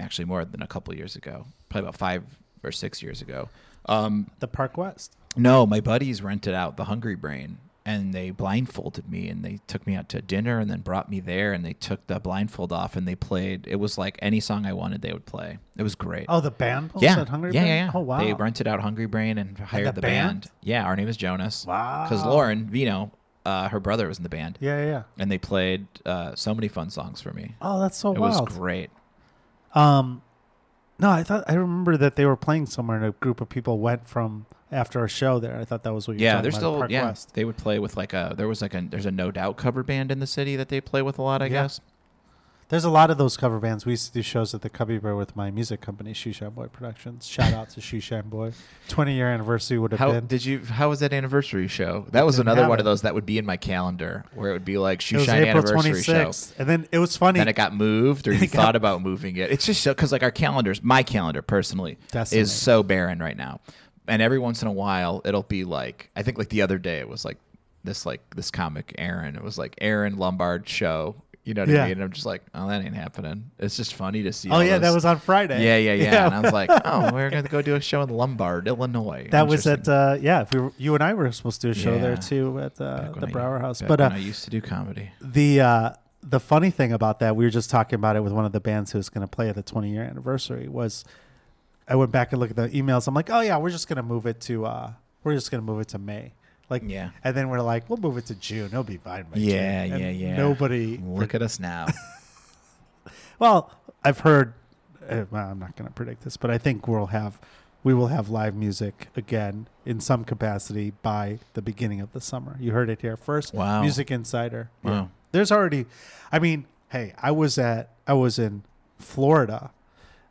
S1: actually more than a couple years ago, probably about five or six years ago, um,
S2: The Park West.
S1: No, my buddies rented out the Hungry Brain and they blindfolded me and they took me out to dinner and then brought me there and they took the blindfold off and they played it was like any song I wanted they would play. It was great.
S2: Oh, the band. was
S1: yeah.
S2: at Hungry
S1: yeah,
S2: Brain?
S1: yeah, yeah.
S2: Oh wow.
S1: They rented out Hungry Brain and hired
S2: the
S1: the, band?
S2: band?
S1: Yeah, our name is Jonas.
S2: Wow.
S1: Cuz Lauren Vino, uh, her brother was in the band
S2: yeah, yeah, yeah.
S1: and they played uh, so many fun songs for me.
S2: Oh, that's so
S1: it
S2: wild.
S1: was great.
S2: Um, no, I thought I remember that they were playing somewhere, and a group of people went from after a show there. I thought that was what you. were
S1: Yeah,
S2: talking
S1: they're
S2: about,
S1: still
S2: Park
S1: yeah.
S2: West.
S1: They would play with like a there was like a there's a No Doubt cover band in the city that they play with a lot, I
S2: Yeah.
S1: guess.
S2: There's a lot of those cover bands. We used to do shows at the Cubby Bear with my music company, Shoeshine Boy Productions. Shout out to Shoeshine Boy. Twenty year anniversary would have
S1: How
S2: been.
S1: did you? How was that anniversary show? That was
S2: Didn't
S1: another
S2: have
S1: one of
S2: it.
S1: those that would be in my calendar, where it would be like
S2: it was
S1: Shoeshine
S2: April
S1: anniversary show.
S2: 26th, and then it was funny.
S1: Then it got moved, or you thought about moving it. It's just because like our calendars, my calendar personally
S2: Decimated.
S1: is so barren right now, and every once in a while it'll be like I think like the other day it was like this like this comic Aaron. It was like Aaron Lombard show. You know what
S2: Yeah.
S1: I mean? And I'm just like, oh, that ain't happening. It's just funny to see.
S2: oh
S1: all
S2: yeah, that
S1: those-
S2: was on Friday.
S1: Yeah, yeah, yeah. And I was like, oh, we're gonna go do a show in Lombard, Illinois.
S2: That was
S1: Interesting.
S2: at uh, yeah. If we were, you and I were supposed to do a show there
S1: Yeah.
S2: too at uh,
S1: Back when
S2: the
S1: I-
S2: Brower House,
S1: back
S2: but uh,
S1: when I used to do comedy.
S2: the uh, the funny thing about that, we were just talking about it with one of the bands who's going to play at the 20 year anniversary. Was I went back and looked at the emails. I'm like, oh yeah, we're just going to move it to uh, we're just going to move it to May. Like
S1: Yeah.
S2: and then we're like, we'll move it to June. It'll be fine by
S1: Yeah,
S2: June. And
S1: yeah, yeah.
S2: Nobody.
S1: Look at us now.
S2: Well, I've heard. Uh, well, I'm not going to predict this, but I think we'll have we will have live music again in some capacity by the beginning of the summer. You heard it here first.
S1: Wow.
S2: Music Insider. Yeah.
S1: Wow.
S2: There's already. I mean, hey, I was at I was in Florida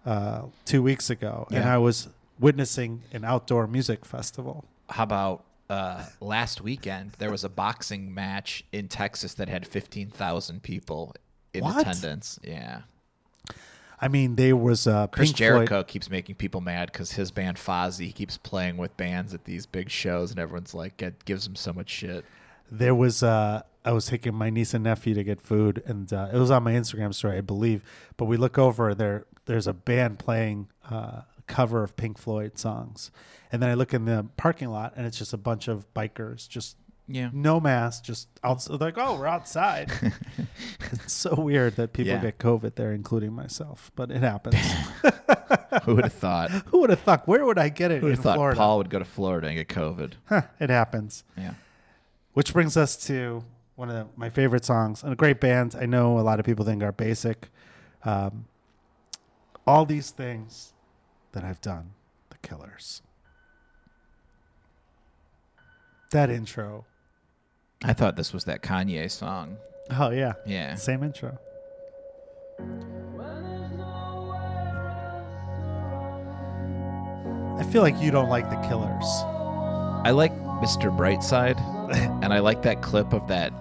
S2: uh, two weeks ago, and
S1: Yeah.
S2: I was witnessing an outdoor music festival.
S1: How about uh, last weekend? There was a boxing match in Texas that had fifteen thousand people in
S2: What?
S1: attendance. Yeah,
S2: I mean, there was uh,
S1: Chris
S2: Pink Floyd-
S1: Jericho keeps making people mad because his band Fozzy keeps playing with bands at these big shows, and everyone's like, it gives him so much shit.
S2: there was uh I was taking my niece and nephew to get food, and uh, it was on my Instagram story, I believe. But we look over there. There's a band playing uh, a cover of Pink Floyd songs, and then I look in the parking lot, and it's just a bunch of bikers, just
S1: Yeah.
S2: no mask, just outside. Like, oh, we're outside. it's so weird that people
S1: Yeah.
S2: get COVID there, including myself. But it happens.
S1: Who would have thought? Who
S2: Who would have thought? Where would I get it
S1: would
S2: in
S1: have thought
S2: Florida?
S1: Paul would go to Florida and get COVID?
S2: Huh, it happens.
S1: Yeah.
S2: Which brings us to one of the, my favorite songs and a great band. I know a lot of people think are basic. Um, all these things that I've done, The Killers. That intro.
S1: I thought this was that Kanye song.
S2: Oh yeah,
S1: Yeah.
S2: same intro. I feel like you don't like The Killers.
S1: I like Mr. Brightside, and I like that clip of that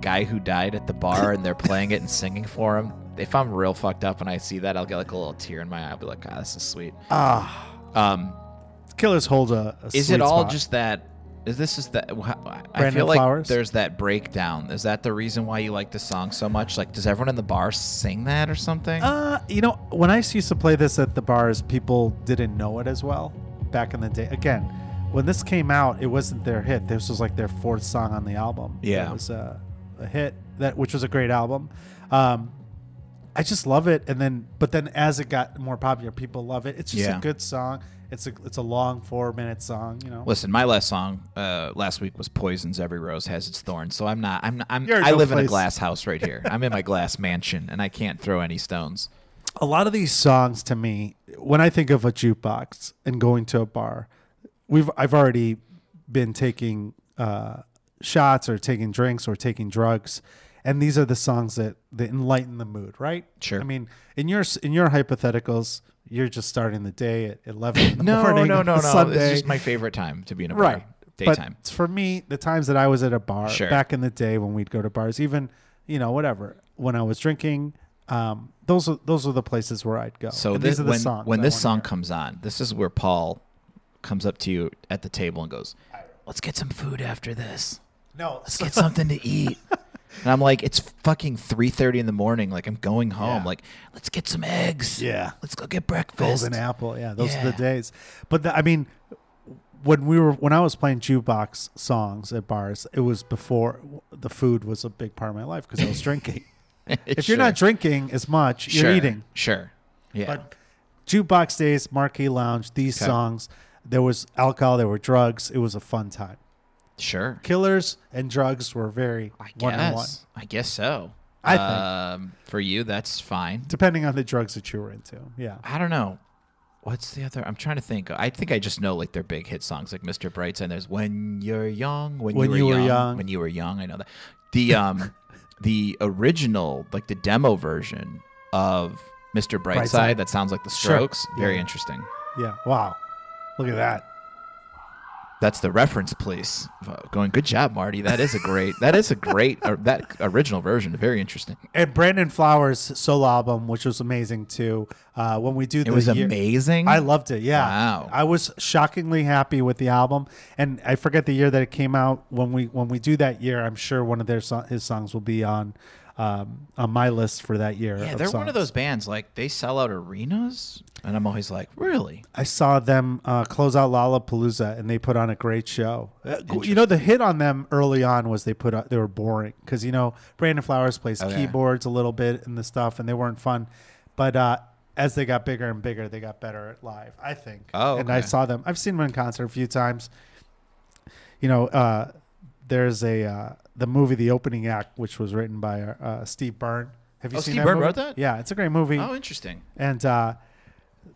S1: guy who died at the bar, and they're playing it and singing for him. If I'm real fucked up and I see that, I'll get like a little tear in my eye. I'll be like, ah, this is sweet.
S2: Ah,
S1: Um,
S2: Killers hold a. a
S1: is
S2: sweet
S1: it all
S2: spot.
S1: just that? Is this is that? wha- I
S2: Brandon
S1: feel like
S2: Flowers?
S1: there's that breakdown. Is that the reason why you like the song so much? Like, does everyone in the bar sing that or something?
S2: Uh, you know, when I used to play this at the bars, people didn't know it as well back in the day. Again, when this came out, it wasn't their hit. This was like their fourth song on the album.
S1: Yeah.
S2: it was a, a hit that, which was a great album. Um, I just love it, and then but then as it got more popular, people love it. It's just
S1: Yeah.
S2: a good song. It's a it's a long four minute song. You know,
S1: Listen, my last song uh, last week was "Poisons Every Rose Has Its Thorns," so I'm not. I'm. I'm.
S2: You're in
S1: I
S2: no
S1: live in a
S2: place.
S1: glass house right here. I'm in my glass mansion, and I can't throw any stones.
S2: a lot of these songs to me, when I think of a jukebox and going to a bar, we've I've already been taking uh, shots or taking drinks or taking drugs, and these are the songs that that enlighten the mood, right?
S1: Sure.
S2: I mean, in your in your hypotheticals, you're just starting the day at eleven in the
S1: No,
S2: morning.
S1: no,
S2: on
S1: no,
S2: a
S1: no.
S2: Sunday.
S1: It's just my favorite time to be in a bar.
S2: right
S1: Daytime.
S2: But for me, the times that I was at a bar
S1: Sure.
S2: back in the day when we'd go to bars, even you know whatever when I was drinking, um, those are those are the places where I'd go.
S1: so
S2: And
S1: this,
S2: these are the
S1: when
S2: songs
S1: when
S2: I
S1: this
S2: wanna
S1: song
S2: hear.
S1: comes on, this is where Paul comes up to you at the table and goes, "Let's get some food after this.
S2: no,
S1: Let's get something to eat." And I'm like, "It's fucking 3:30 in the morning. Like I'm going home.
S2: Yeah.
S1: Like let's get some eggs.
S2: Yeah.
S1: let's go get breakfast.
S2: golden apple, yeah, those are the
S1: Yeah.
S2: days. But the, I mean, when we were when I was playing jukebox songs at bars, it was before the food was a big part of my life because I was drinking. if you're not drinking as much, you're
S1: Sure.
S2: eating.
S1: Sure. Yeah.
S2: But jukebox days, marquee lounge, these
S1: Okay.
S2: songs. There was alcohol, there were drugs. It was a fun time.
S1: sure.
S2: Killers and drugs were very
S1: I guess.
S2: one on one,
S1: I guess so.
S2: I think.
S1: um, for you, that's fine.
S2: depending on the drugs that you were into. Yeah,
S1: I don't know. What's the other? I'm trying to think. I think I just know like their big hit songs, like Mr. Brightside. and There's "When You're Young," "When,
S2: When
S1: You Were, young, "When You Were Young." I know that. The um, the original, like the demo version of Mr. Brightside,
S2: Brightside.
S1: that sounds like the
S2: Sure.
S1: Strokes. Very
S2: Yeah.
S1: interesting.
S2: yeah. Wow, look at that.
S1: That's the reference, please. Going, good job, Marty. That is a great. that is a great. or that original version, very interesting.
S2: And Brandon Flowers' solo album, which was amazing too. Uh, when we do,
S1: It was
S2: year,
S1: amazing.
S2: I loved it. Yeah.
S1: Wow.
S2: I was shockingly happy with the album, and I forget the year that it came out. When we when we do that year, I'm sure one of their so- his songs will be on um, on my list for that year.
S1: Yeah, they're one of
S2: songs.
S1: those bands like they sell out arenas, and I'm always like, really?
S2: I saw them uh, close out Lollapalooza, and they put on a great show. Uh, you know, the hit on them early on was they put on, they were boring because you know Brandon Flowers plays
S1: Okay.
S2: keyboards a little bit and the stuff, and they weren't fun. But uh, as they got bigger and bigger, they got better at live. I think.
S1: Oh,
S2: and I
S1: okay.
S2: saw them. I've seen them in concert a few times. You know, uh, there's a uh, the movie The Opening Act, which was written by uh, Steve Byrne. Have you
S1: Oh,
S2: seen
S1: Steve
S2: that
S1: Byrne
S2: movie?
S1: wrote that?
S2: Yeah, it's a great movie.
S1: Oh, interesting.
S2: And uh,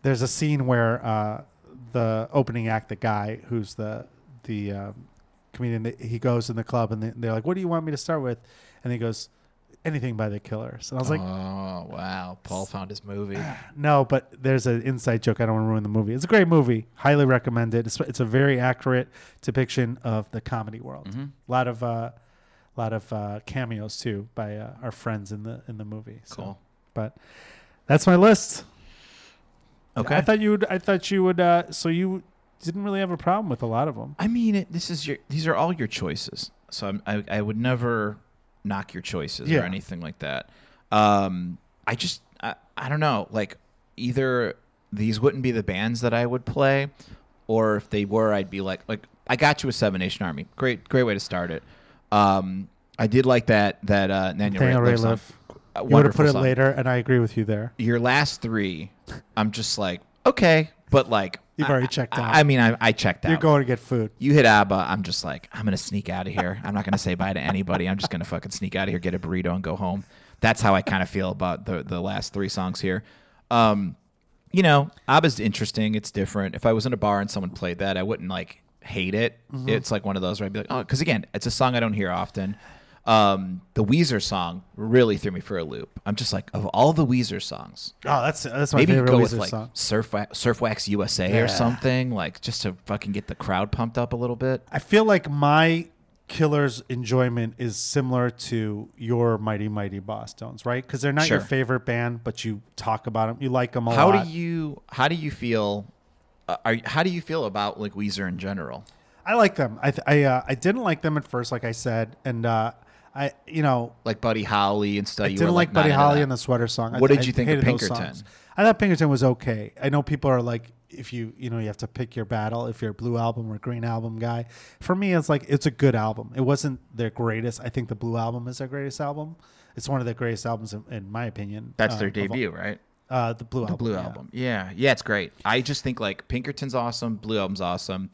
S2: there's a scene where uh, the opening act, the guy who's the the um, comedian, th- he goes in the club and they- they're like, "What do you want me to start with?" And he goes, "Anything by the Killers." And I was like, Ah,
S1: oh wow, Paul found his movie.
S2: "No," but there's an inside joke. I don't want to ruin the movie. It's a great movie. Highly recommend it. It's, it's a very accurate depiction of the comedy world. A lot of uh, lot of uh, cameos too by uh, our friends in the in the movie. So-
S1: Cool.
S2: but That's my list.
S1: Okay.
S2: I thought you would. I thought you would. Uh, so you didn't really have a problem with a lot of them.
S1: I mean, it, this is your. These are all your choices. So I'm, I, I would never knock your choices
S2: Yeah.
S1: or anything like that. Um, I just, I, I don't know. Like, either these wouldn't be the bands that I would play, or if they were, I'd be like, like I got you a Seven Nation Army. Great, great way to start it. Um, I did like that that uh, Daniel,
S2: Daniel
S1: Radcliffe song.
S2: Radcliffe.
S1: A
S2: You would have
S1: wonderful
S2: put it
S1: song.
S2: later, and I agree with you there.
S1: Your last three, I'm just like, okay, but like,
S2: You've
S1: I-
S2: already checked
S1: I,
S2: out.
S1: I mean, I, I checked out.
S2: You're going to get food.
S1: You hit ABBA. I'm just like, I'm going to sneak out of here. I'm not going to say bye to anybody. I'm just going to fucking sneak out of here, get a burrito, and go home. That's how I kind of feel about the, the last three songs here. Um, you know, ABBA's interesting. It's different. If I was in a bar and someone played that, I wouldn't like hate it. It's like one of those where I'd be like, oh, because again, it's a song I don't hear often. Um, the Weezer song really threw me for a loop. I'm just like, of all the Weezer songs,
S2: Oh, that's that's my
S1: maybe
S2: favorite
S1: go with
S2: Weezer
S1: like
S2: song.
S1: Surf Surfwax USA
S2: Yeah.
S1: or something, like just to fucking get the crowd pumped up a little bit.
S2: I feel like my killer's enjoyment is similar to your Mighty Mighty Boston's, right? Because they're not your
S1: Sure.
S2: favorite band, but you talk about them. You like them a
S1: How
S2: lot.
S1: do you how do you feel? Uh, are how do you feel about like Weezer in general?
S2: I like them. I th- I uh, I didn't like them at first, like I said, and uh, I you know
S1: Like Buddy Holly and stuff.
S2: I didn't like Buddy Holly and the sweater song. I
S1: What
S2: th-
S1: did
S2: I
S1: you think of
S2: hated those
S1: Pinkerton?
S2: songs. I thought Pinkerton was okay. I know people are like, if you you know you have to pick your battle. If you're a blue album or green album guy, for me it's like it's a good album. It wasn't their greatest. I think the blue album is their greatest album. It's one of their greatest albums in, in my opinion.
S1: That's
S2: uh,
S1: their
S2: of all-
S1: debut, right?
S2: Uh, the blue album.
S1: Blue
S2: yeah.
S1: album. Yeah, yeah, it's great. I just think like Pinkerton's awesome, Blue album's awesome,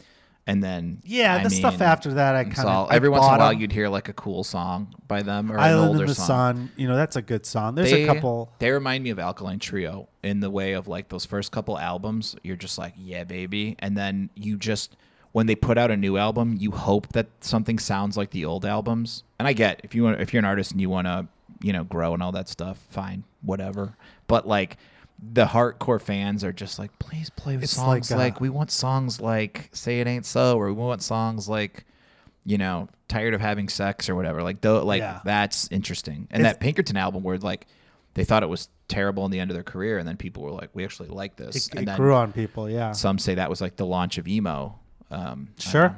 S1: and then
S2: Yeah,
S1: I
S2: the stuff
S1: mean,
S2: after that I
S1: it's
S2: kind
S1: all-
S2: of
S1: every once in a while
S2: you.
S1: you'd hear like a cool song by them or an
S2: Island
S1: older
S2: in the
S1: song.
S2: Sun. You know, that's a good song. There's a couple.
S1: They remind me of Alkaline Trio in the way of like those first couple albums. You're just like, yeah, baby, and then you just when they put out a new album, you hope that something sounds like the old albums. And I get if you want, if you're an artist and you want to, you know, grow and all that stuff, fine, whatever. But like the hardcore fans are just like, please play with
S2: It's
S1: songs
S2: like,
S1: like,
S2: uh,
S1: we want songs like "Say It Ain't So" or we want songs like. You know, tired of having sex or whatever. Like, though, like
S2: Yeah.
S1: that's interesting. And
S2: It's-
S1: that Pinkerton album, where like they thought it was terrible in the end of their career, and then people were like, "We actually like this."
S2: It,
S1: and
S2: it
S1: then
S2: grew on people. Yeah,
S1: some say that was like the launch of emo. Um,
S2: sure. Uh,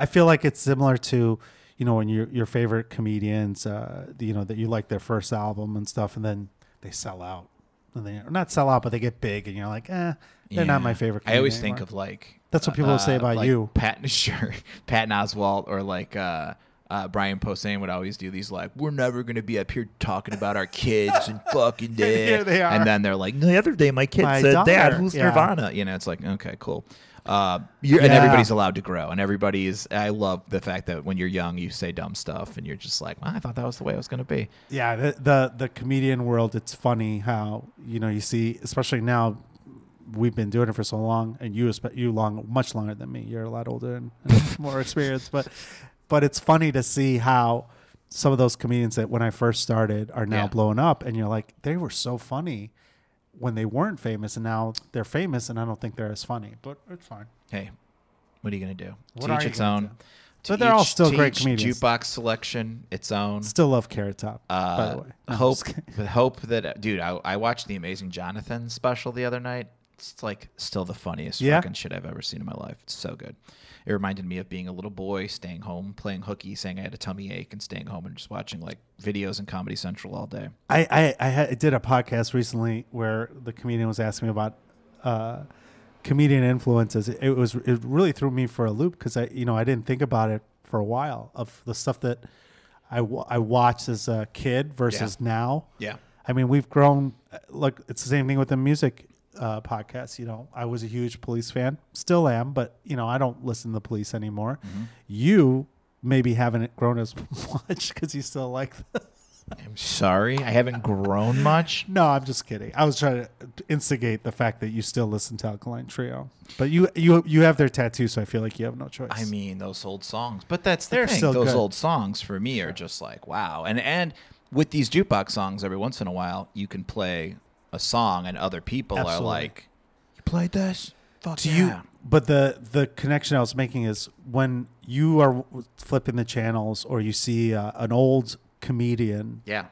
S2: I feel like it's similar to you know when your your favorite comedians, uh, you know that you like their first album and stuff, and then they sell out, and they or not sell out, but they get big, and you're like, eh, they're
S1: yeah.
S2: not my favorite.
S1: I always
S2: comedian
S1: think of like uh,
S2: That's what people say about
S1: like
S2: you.
S1: Pat sure, Patton Oswalt, or like. uh uh, Brian Posehn would always do these like, "We're never gonna be up here talking about our kids and fucking day."
S2: here they are.
S1: And then they're like, "The other day, my kid
S2: My
S1: said,
S2: daughter."
S1: Dad, who's
S2: Yeah.
S1: Nirvana?" You know, it's like, okay, cool. Uh, you're, And
S2: Yeah.
S1: everybody's allowed to grow, and everybody is. I love the fact that when you're young, you say dumb stuff, and you're just like, well, "I thought that was the way it was gonna be."
S2: anymore. yeah, the, the the comedian world. It's funny how you know you see, especially now. We've been doing it for so long, and you espe- you long much longer than me. You're a lot older and, and more experienced, but but it's funny to see how some of those comedians that when I first started are now
S1: Yeah.
S2: blowing up, and you're like, they were so funny when they weren't famous, and now they're famous, and I don't think they're as funny, but it's fine.
S1: Hey, what are you gonna do?
S2: What
S1: to
S2: are
S1: each
S2: you
S1: its
S2: gonna
S1: own.
S2: do?
S1: To
S2: But they're all
S1: each-
S2: still
S1: to
S2: great
S1: each
S2: comedians.
S1: Jukebox selection, its own.
S2: Still love Carrot Top,
S1: Uh,
S2: by the way. No, I'm
S1: hope
S2: just kidding.
S1: with hope that dude, I, I watched the Amazing Jonathan special the other night. It's like still the funniest
S2: Yeah?
S1: fucking shit I've ever seen in my life. It's so good. It reminded me of being a little boy, staying home, playing hooky, saying I had a tummy ache, and staying home and just watching like videos and Comedy Central all day.
S2: I I, I had, did a podcast recently where the comedian was asking me about uh, comedian influences. It, it was it really threw me for a loop because I you know I didn't think about it for a while of the stuff that I wa- I watched as a kid versus now.
S1: Yeah.
S2: I mean we've grown. Look, it's the same thing with the music uh, podcast. You know, I was a huge Police fan, still am, but you know I don't listen to the Police anymore.
S1: Mm-hmm.
S2: You maybe haven't grown as much because you still like them.
S1: I'm sorry, I haven't grown much.
S2: No, I'm just kidding. I was trying to instigate the fact that you still listen to Alkaline Trio, but you you you have their tattoo, so I feel like you have no choice.
S1: I mean those old songs, but that's the
S2: They're
S1: thing.
S2: still
S1: those
S2: good.
S1: old songs for me are just like wow. And and with these jukebox songs, every once in a while you can play a song, and other people
S2: Absolutely.
S1: are like, "You played this? Fuck
S2: do
S1: yeah.
S2: you? But the the connection I was making is when you are flipping the channels or you see uh, an old comedian
S1: Yeah,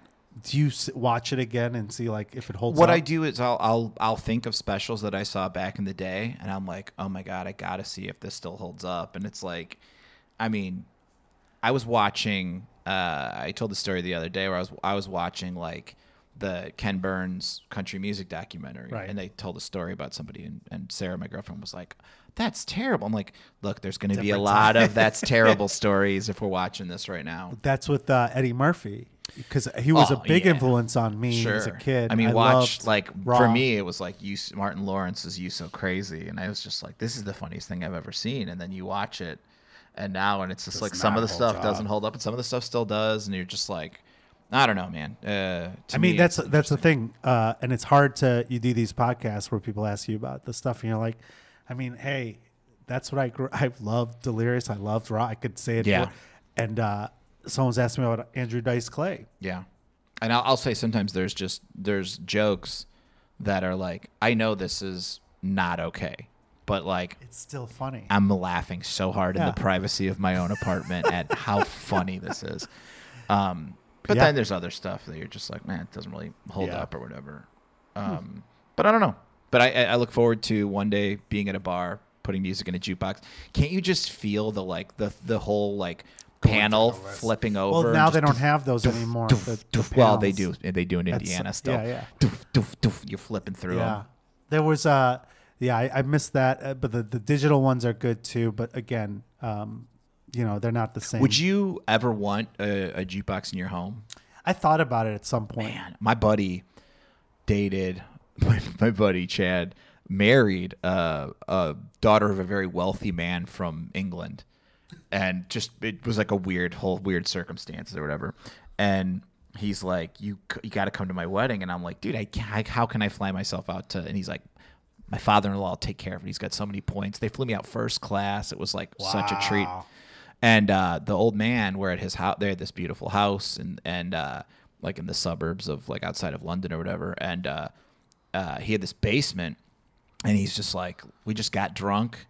S2: do you s- watch it again and see like if it holds
S1: what
S2: up?
S1: I do is I'll, I'll I'll think of specials that I saw back in the day, and I'm like, oh my god, I gotta see if this still holds up. And it's like, I mean, I was watching. Uh, I told the story the other day where I was I was watching like the Ken Burns country music documentary,
S2: Right.
S1: and they told a story about somebody, and, and Sarah, my girlfriend, was like, "That's terrible." I'm like, "Look, there's going to be a
S2: Different
S1: lot of that's terrible stories if we're watching this right now."
S2: That's with uh, Eddie Murphy because he was
S1: Oh,
S2: a big
S1: yeah.
S2: influence on me as a kid.
S1: I mean, watch
S2: loved
S1: like for
S2: Raw.
S1: me, it was like you, Martin Lawrence's "You So Crazy," and I was just like, "This is the funniest thing I've ever seen." And then you watch it, and now, and it's just like some
S2: not
S1: of the
S2: hold
S1: stuff
S2: up.
S1: doesn't hold up, and some of the stuff still does, and you're just like, I don't know, man. Uh, to
S2: I mean,
S1: me,
S2: that's
S1: it's-
S2: that's the thing, uh, and it's hard to you do these podcasts where people ask you about the stuff, and you're like, I mean, hey, that's what I grew. I loved Delirious. I loved Raw. I could say it.
S1: Yeah.
S2: for- and uh, someone's asked me about Andrew Dice Clay.
S1: yeah. And I'll, I'll say sometimes there's just there's jokes that are like, I know this is not okay, but like
S2: It's still funny.
S1: I'm laughing so hard in
S2: Yeah.
S1: the privacy of my own apartment at how funny this is. Um, but
S2: Yeah.
S1: then there's other stuff that you're just like, man, it doesn't really hold
S2: Yeah. Hmm.
S1: up or whatever. Um, But I don't know. But I, I I look forward to one day being at a bar, putting music in a jukebox. Can't you just feel the like the the whole like panel
S2: through the list.
S1: flipping over?
S2: well,
S1: and
S2: now they
S1: just
S2: don't have those anymore. the- the
S1: well, they do.
S2: panels.
S1: They do in
S2: That's-
S1: Indiana still.
S2: yeah, yeah.
S1: Doof, doof, doof. You're flipping through 'em.
S2: Yeah, there was uh yeah I, I missed that, uh, but the, the digital ones are good too. But again, um, you know they're not the same.
S1: Would you ever want a, a jukebox in your home?
S2: I thought about it at some point.
S1: man, my buddy dated my, my buddy Chad married uh, a daughter of a very wealthy man from England, and just it was like a weird whole weird circumstances or whatever, and. He's like, you c- you got to come to my wedding, and I'm like, dude, I, can't, I how can I fly myself out to? And he's like, my father-in-law will take care of it. He's got so many points. They flew me out first class. It was like such a treat.
S2: Wow.
S1: And uh, the old man, were at his house, they had this beautiful house, and and uh, like in the suburbs of like outside of London or whatever. And uh, uh, he had this basement, and he's just like, we just got drunk.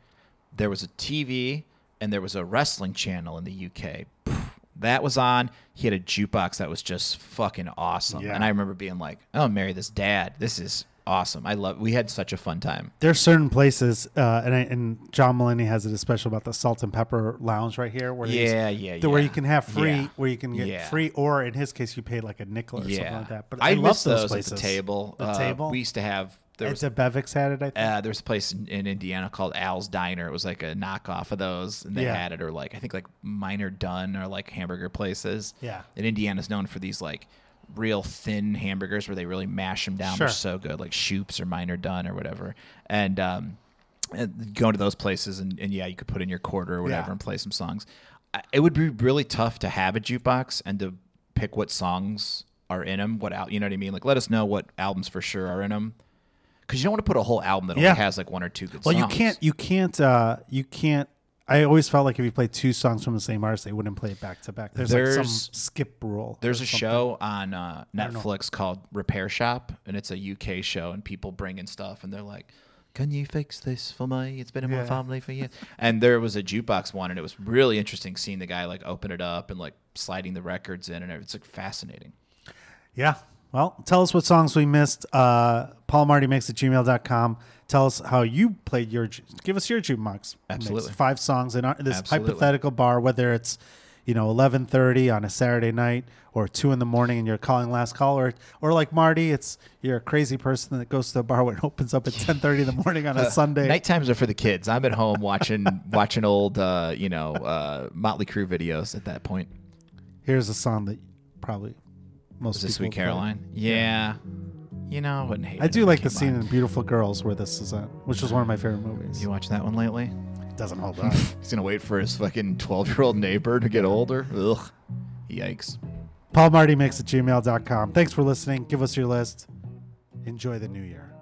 S1: There was a TV, and there was a wrestling channel in the UK. Pff, That was on. He had a jukebox that was just fucking awesome.
S2: Yeah.
S1: And I remember being like, "Oh, marry this dad. This is awesome. I love." We had such a fun time.
S2: There's certain places, uh, and I, and John Mulaney has it especially about the Salt and Pepper Lounge right here, where he's-
S1: Yeah, yeah,
S2: the- where
S1: yeah.
S2: you can have free,
S1: Yeah.
S2: where you can get
S1: Yeah.
S2: free, or in his case, you paid like a nickel or something like that. But I,
S1: miss
S2: love those,
S1: those
S2: places.
S1: at the table.
S2: the
S1: Uh,
S2: table.
S1: We used to have there
S2: Ed
S1: was
S2: Zebevics had it, I think.
S1: uh, there was a place in, in Indiana called Al's Diner. It was like a knockoff of those, and they
S2: Yeah.
S1: had it, or like I think like Minor Dunn or like hamburger places.
S2: Yeah.
S1: and Indiana's known for these like real thin hamburgers where they really mash them down.
S2: Sure.
S1: They're so good, like Shoops or Minor Dunn or whatever. And um, and going to those places, and, and yeah, you could put in your quarter or whatever
S2: Yeah.
S1: and play some songs. I- It would be really tough to have a jukebox and to pick what songs are in them. What out, you know what I mean? Like, let us know what albums for sure are in them. Because you don't want to put a whole album that
S2: Yeah.
S1: only has like one or two good
S2: Well,
S1: songs.
S2: you can't, you can't, uh, you can't. I always felt like if you played two songs from the same artist, they wouldn't play it back to back. There's, like some
S1: There's-
S2: skip rule.
S1: There's
S2: or
S1: a
S2: something.
S1: show on uh,
S2: know.
S1: Netflix called Repair Shop, and it's a UK show, and people bring in stuff, and they're like, "Can you fix this for me? It's been in
S2: Yeah.
S1: my family for years." and there was a jukebox one, and it was really interesting seeing the guy like open it up and like sliding the records in, and it's like fascinating.
S2: Yeah. Well, tell us what songs we missed. Uh, paulmartymakes at gmail.com. Tell us how you played your, ju- give us your jukebox.
S1: Absolutely.
S2: Mix. Five songs in our, this
S1: Absolutely.
S2: hypothetical bar, whether it's, you know, 1130 on a Saturday night or two in the morning and you're calling last call or, or like Marty, it's, you're a crazy person that goes to the bar when it opens up at 1030 in the morning on a Sunday.
S1: Uh, Night times are for the kids. I'm at home watching watching old uh, you know uh, Motley Crue videos at that point.
S2: Here's a song that probably most
S1: Is this
S2: people
S1: Sweet
S2: play.
S1: Caroline? Yeah. You know, I wouldn't hate.
S2: I
S1: it
S2: do
S1: if it
S2: like the
S1: came
S2: scene
S1: on.
S2: in Beautiful Girls where this is at, which is one of my favorite movies.
S1: You watch that one lately?
S2: Doesn't hold up.
S1: He's gonna wait for his fucking twelve-year-old neighbor to get older. Ugh, yikes.
S2: paulmartymix at gmail.com. Thanks for listening. Give us your list. Enjoy the new year.